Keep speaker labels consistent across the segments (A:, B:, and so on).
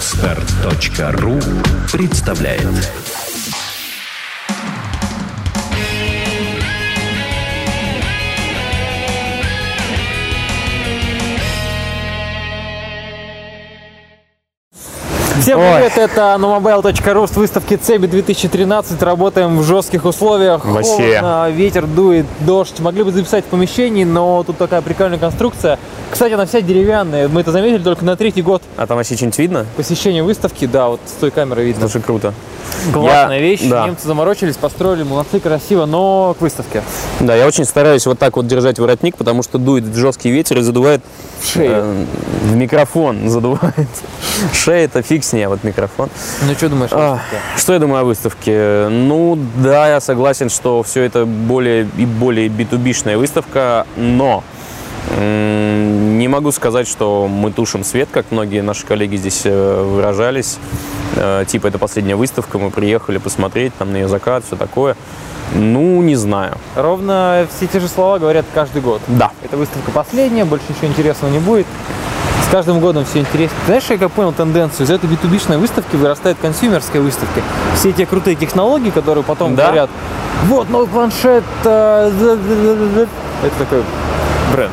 A: Отстар.ру представляет
B: Всем привет, это nomobile.ru с выставки Цеби 2013. Работаем в жестких условиях.
C: Вообще.
B: Холодно, ветер дует, дождь. Могли бы записать в помещении, но тут такая прикольная конструкция. Кстати, она вся деревянная. Мы это заметили только на третий год
C: А там вообще что-нибудь видно?
B: посещения выставки. Да, вот с той камеры видно.
C: Слушай, круто.
B: Классная
C: я-
B: вещь.
C: да.
B: Немцы заморочились, построили, молодцы, красиво, но к выставке.
C: Да, я очень стараюсь вот так вот держать воротник, потому что дует жесткий ветер и задувает
B: В шею.
C: э, в микрофон задувает. Шея это фиг с ней, а вот микрофон.
B: Ну что думаешь? о
C: А,
B: выставке?
C: Что я думаю о выставке? Ну да, я согласен, что все это более и более битубишная выставка, но м, не могу сказать, что мы тушим свет, как многие наши коллеги здесь э, выражались. Э, Типа это последняя выставка, мы приехали посмотреть там на ее закат, все такое. Ну, не знаю.
B: Ровно все те же слова говорят каждый год.
C: Да.
B: Эта выставка последняя, больше ничего интересного не будет. С каждым годом все интереснее. Знаешь, как я понял тенденцию? Из этой битубичной выставки вырастает консюмерская выставки. Все те крутые технологии, которые потом
C: Да.
B: говорят, вот новый планшет, э, з- з- з- з». это такой бренд.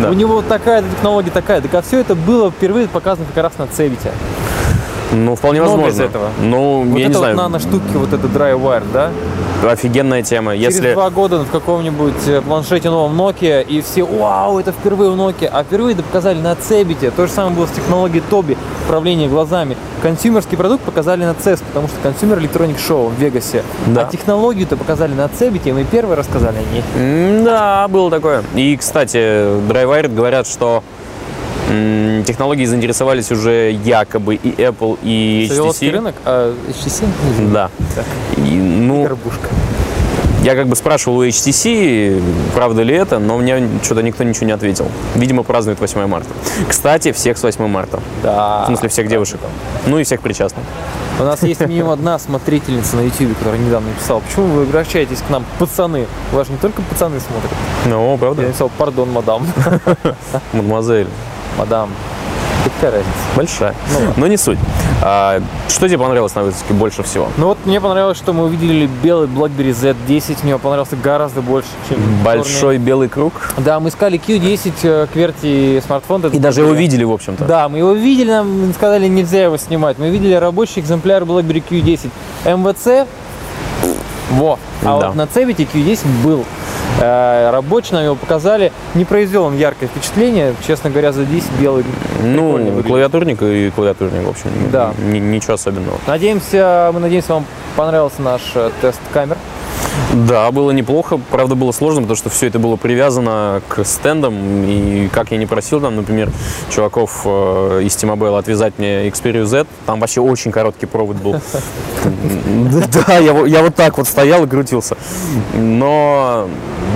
C: Да.
B: У него такая технология, такая. Так а все это было впервые показано как раз на Цебите.
C: Ну, вполне
B: Много
C: возможно.
B: из этого.
C: Ну,
B: Вот
C: я
B: это
C: не
B: вот
C: знаю.
B: наноштуки, вот это драйвайр, да?
C: Офигенная тема.
B: Через
C: Если
B: два года в каком-нибудь э, планшете новом Nokia, и все, вау, это впервые в Nokia. А впервые это показали на Цебите. То же самое было с технологией Тоби, управление глазами. Консюмерский продукт показали на CES, потому что консюмер электроник шоу в Вегасе.
C: Да.
B: А технологию-то показали на Цебите, и мы первые рассказали о ней.
C: М, Да, было такое. И, кстати, драйвайред говорят, что м, технологии заинтересовались уже якобы и Apple, и
B: Савеловский
C: HTC.
B: рынок, а HTC? Извини.
C: Да.
B: Так.
C: И, ну,
B: Горбушка.
C: я как бы спрашивал у HTC, правда ли это, но мне что-то никто ничего не ответил. Видимо, празднуют 8 марта. Кстати, всех с 8 марта.
B: Да.
C: В смысле, всех девушек. Ну и всех причастных.
B: У нас есть минимум одна смотрительница на YouTube, которая недавно написала, почему вы обращаетесь к нам, пацаны? Вас же не только пацаны смотрят.
C: Ну, правда?
B: Я написал, пардон, мадам.
C: Мадемуазель.
B: Мадам, какая разница?
C: Большая.
B: Ну ладно.
C: Но не суть. А, что тебе понравилось на выставке больше всего?
B: Ну вот мне понравилось, что мы увидели белый BlackBerry Z10, мне он понравился гораздо больше, чем черный.
C: Большой белый круг.
B: Да, мы искали Q10, э, кверти смартфон.
C: И даже его видели, в общем-то.
B: Да, мы его видели, нам сказали, нельзя его снимать. Мы видели рабочий экземпляр BlackBerry Q10. МВЦ, во. А
C: Да.
B: вот на Цевите Q10 был. Э, Рабочий нам его показали, не произвел он яркое впечатление, честно говоря, за 10 белый.
C: Ну,
B: Прикольно выглядит.
C: клавиатурник и клавиатурник, в общем, н-
B: Да.
C: ни- ничего особенного.
B: Надеемся, мы надеемся, вам понравился наш э, тест камер.
C: Да, было неплохо, правда, было сложно, потому что все это было привязано к стендам, и как я не просил там, например, чуваков э, из T-Mobile отвязать мне Xperia Z, там вообще очень короткий провод был. Да, я вот- я вот так вот стоял и крутился. Но,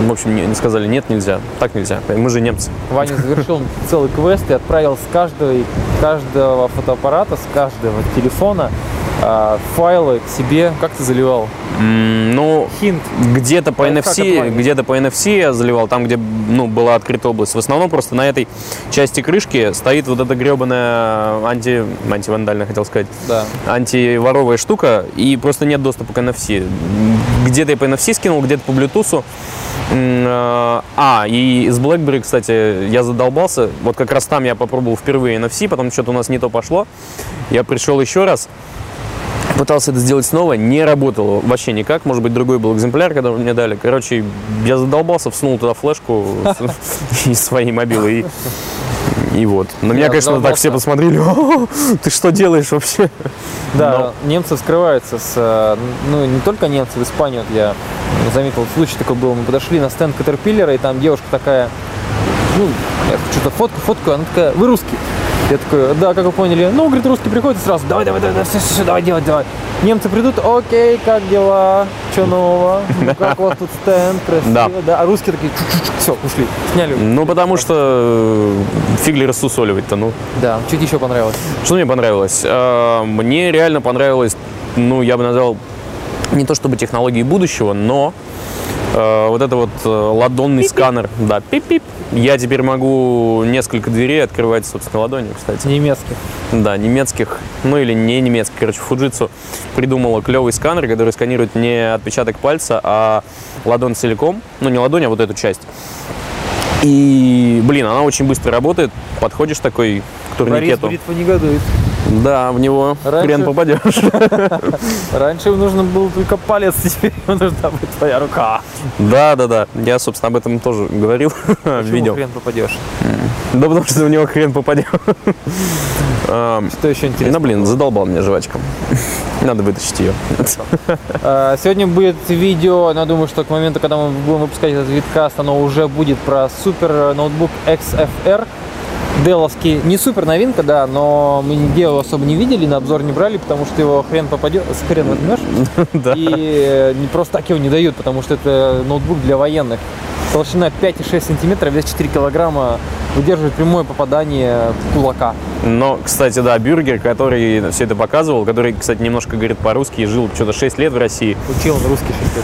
C: в общем, не не сказали, нет, нельзя, так нельзя, мы же немцы.
B: Ваня завершил целый квест и отправил с каждого, каждого фотоаппарата, с каждого телефона а, файлы к себе. Как ты заливал?
C: М, Ну,
B: Хинт.
C: Где-то по
B: Лайфхак от
C: NFC,
B: Вани.
C: где-то по NFC я заливал, там, где ну, была открыта область. В основном просто на этой части крышки стоит вот эта гребаная анти, антивандальная, хотел сказать,
B: Да.
C: антиворовая штука, и просто нет доступа к NFC. Где-то я по NFC скинул, где-то по Bluetooth. М, э, А, и с BlackBerry, кстати, я задолбался. Вот как раз там я попробовал впервые NFC, потом что-то у нас не то пошло. Я пришел еще раз, пытался это сделать снова, не работало вообще никак. Может быть, другой был экземпляр, который мне дали. Короче, я задолбался, всунул туда флешку с- из своей мобилы и... И вот. На меня,
B: Я
C: конечно, так все посмотрели. «О, Ты что делаешь вообще?
B: Да, немцы скрываются с... э, Ну, не только немцы, в Испанию вот я заметил, случай такой был. Мы подошли на стенд Катерпиллера, и там девушка такая... Ну, я что-то фотку, фотку, она такая, вы русский? Я такой, да, как вы поняли. Ну, говорит, русский приходит и сразу, давай, давай, давай, давай, все, все, все, давай делать, давай. Немцы придут, окей, как дела, что нового, ну, как у вас тут стенд, красиво,
C: Да.
B: да. А русские такие, все, ушли, сняли.
C: Ну, потому что э, фиг ли рассусоливать-то, ну.
B: Да, чуть еще понравилось.
C: Что мне понравилось? Э, Мне реально понравилось, ну, я бы назвал не то чтобы технологии будущего, но э, вот это вот э, ладонный сканер, да, пип-пип. Я теперь могу несколько дверей открывать, собственно, ладонью, кстати.
B: Немецких.
C: Да, немецких, ну или не немецких, короче, Fujitsu придумала клевый сканер, который сканирует не отпечаток пальца, а ладонь целиком. Ну, не ладонь, а вот эту часть. И, блин, она очень быстро работает. Подходишь такой к
B: Борис
C: турникету.
B: Бритва негодует.
C: Да, в него
B: Раньше-
C: хрен попадешь.
B: Раньше им нужно было только палец, теперь ему нужна будет твоя рука.
C: Да, да, да. Я, собственно, об этом тоже говорил в
B: Почему
C: видео.
B: хрен попадешь?
C: Да потому что в него хрен попадет. Эм,
B: Что еще интересно?
C: Ну, блин, задолбал меня жвачка. Надо вытащить ее.
B: А, Сегодня будет видео, но я думаю, что к моменту, когда мы будем выпускать этот видкаст, оно уже будет про супер ноутбук XFR. Деловский, не супер новинка, да, но мы нигде его особо не видели, на обзор не брали, потому что его хрен попадет, хрен возьмешь.
C: Да.
B: И э, не просто так его не дают, потому что это ноутбук для военных. Толщина 5,6 см, вес 4 килограмма, выдерживает прямое попадание кулака.
C: Но, кстати, да, Бюргер, который все это показывал, который, кстати, немножко говорит по-русски и жил что-то 6 лет в России.
B: Учил он русский шестер.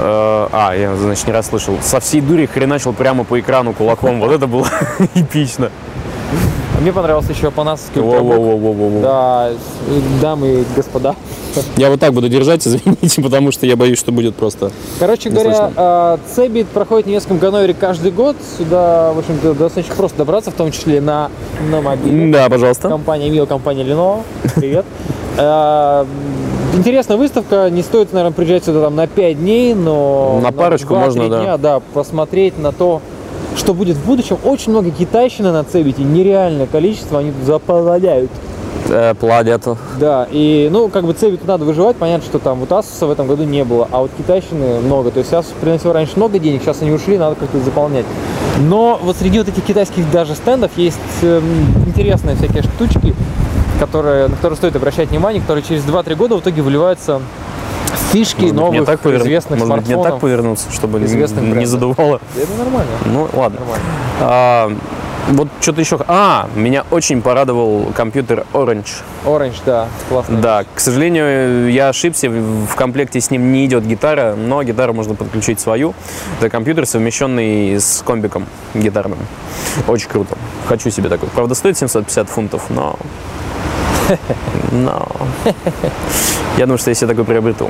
C: Э, А, я, значит, не расслышал. Со всей дури хреначил прямо по экрану кулаком. Вот это было эпично.
B: А мне понравился еще апанасовский ультрабук.
C: Во-во-во-во-во.
B: Да, с- дамы и господа.
C: Я вот так буду держать, извините, потому что я боюсь, что будет просто...
B: Короче
C: Не
B: говоря,
C: слышно.
B: а, Цебит проходит в немецком Ганновере каждый год. Сюда, в общем-то, достаточно просто добраться, в том числе на, на мобиле.
C: Да, пожалуйста.
B: Компания Мил, компания Lenovo. Привет. А, м, Интересная выставка. Не стоит, наверное, приезжать сюда там на 5 дней, но...
C: На парочку
B: два-три
C: можно, да.
B: дня, да, посмотреть на то, что будет в будущем. Очень много китайщины на Цебите. Нереальное количество. Они тут заполоняют.
C: Э, Пладят.
B: Да, и, ну, как бы Цебиту надо выживать, понятно, что там вот Asus в этом году не было, а вот китайщины много, то есть Asus приносил раньше много денег, сейчас они ушли, надо как-то заполнять. Но вот среди вот этих китайских даже стендов есть эм, интересные всякие штучки, которые, на которые стоит обращать внимание, которые через 2-3 года в итоге выливаются в фишки
C: Может быть, мне
B: новых
C: так повер-
B: известных
C: Может быть, мне так
B: смартфонов.
C: повернуться, чтобы не-
B: известных
C: не
B: брендов.
C: задувало.
B: Да Это нормально,
C: Ну, ладно.
B: нормально.
C: А, вот что-то еще. А, меня очень порадовал компьютер Orange.
B: Orange, да, классно.
C: Да, к сожалению, я ошибся. В в комплекте с ним не идет гитара, но гитару можно подключить свою. Это компьютер, совмещенный с комбиком гитарным. Очень круто. Хочу себе такой. Правда, стоит 750 фунтов, но... Но... Я думаю, что я себе такой приобрету.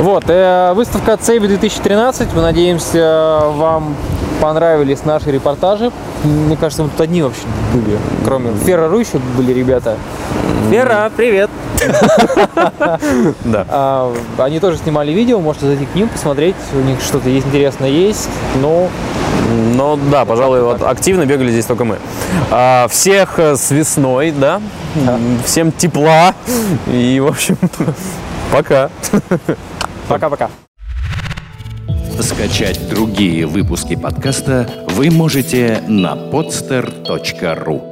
B: Вот, э, выставка Цейби 2013. Мы надеемся, вам понравились наши репортажи. Мне кажется, мы тут одни вообще были, кроме Фера Ру еще были ребята. Фера, привет!
C: Да.
B: А, они тоже снимали видео, можете зайти к ним, посмотреть, у них что-то есть интересное есть. Ну,
C: Ну да, пожалуй, вот активно бегали здесь только мы. А, всех э, с весной, да? М, Всем тепла. И, в общем, пока.
B: пока-пока.
A: Скачать другие выпуски подкаста вы можете на podster.ru.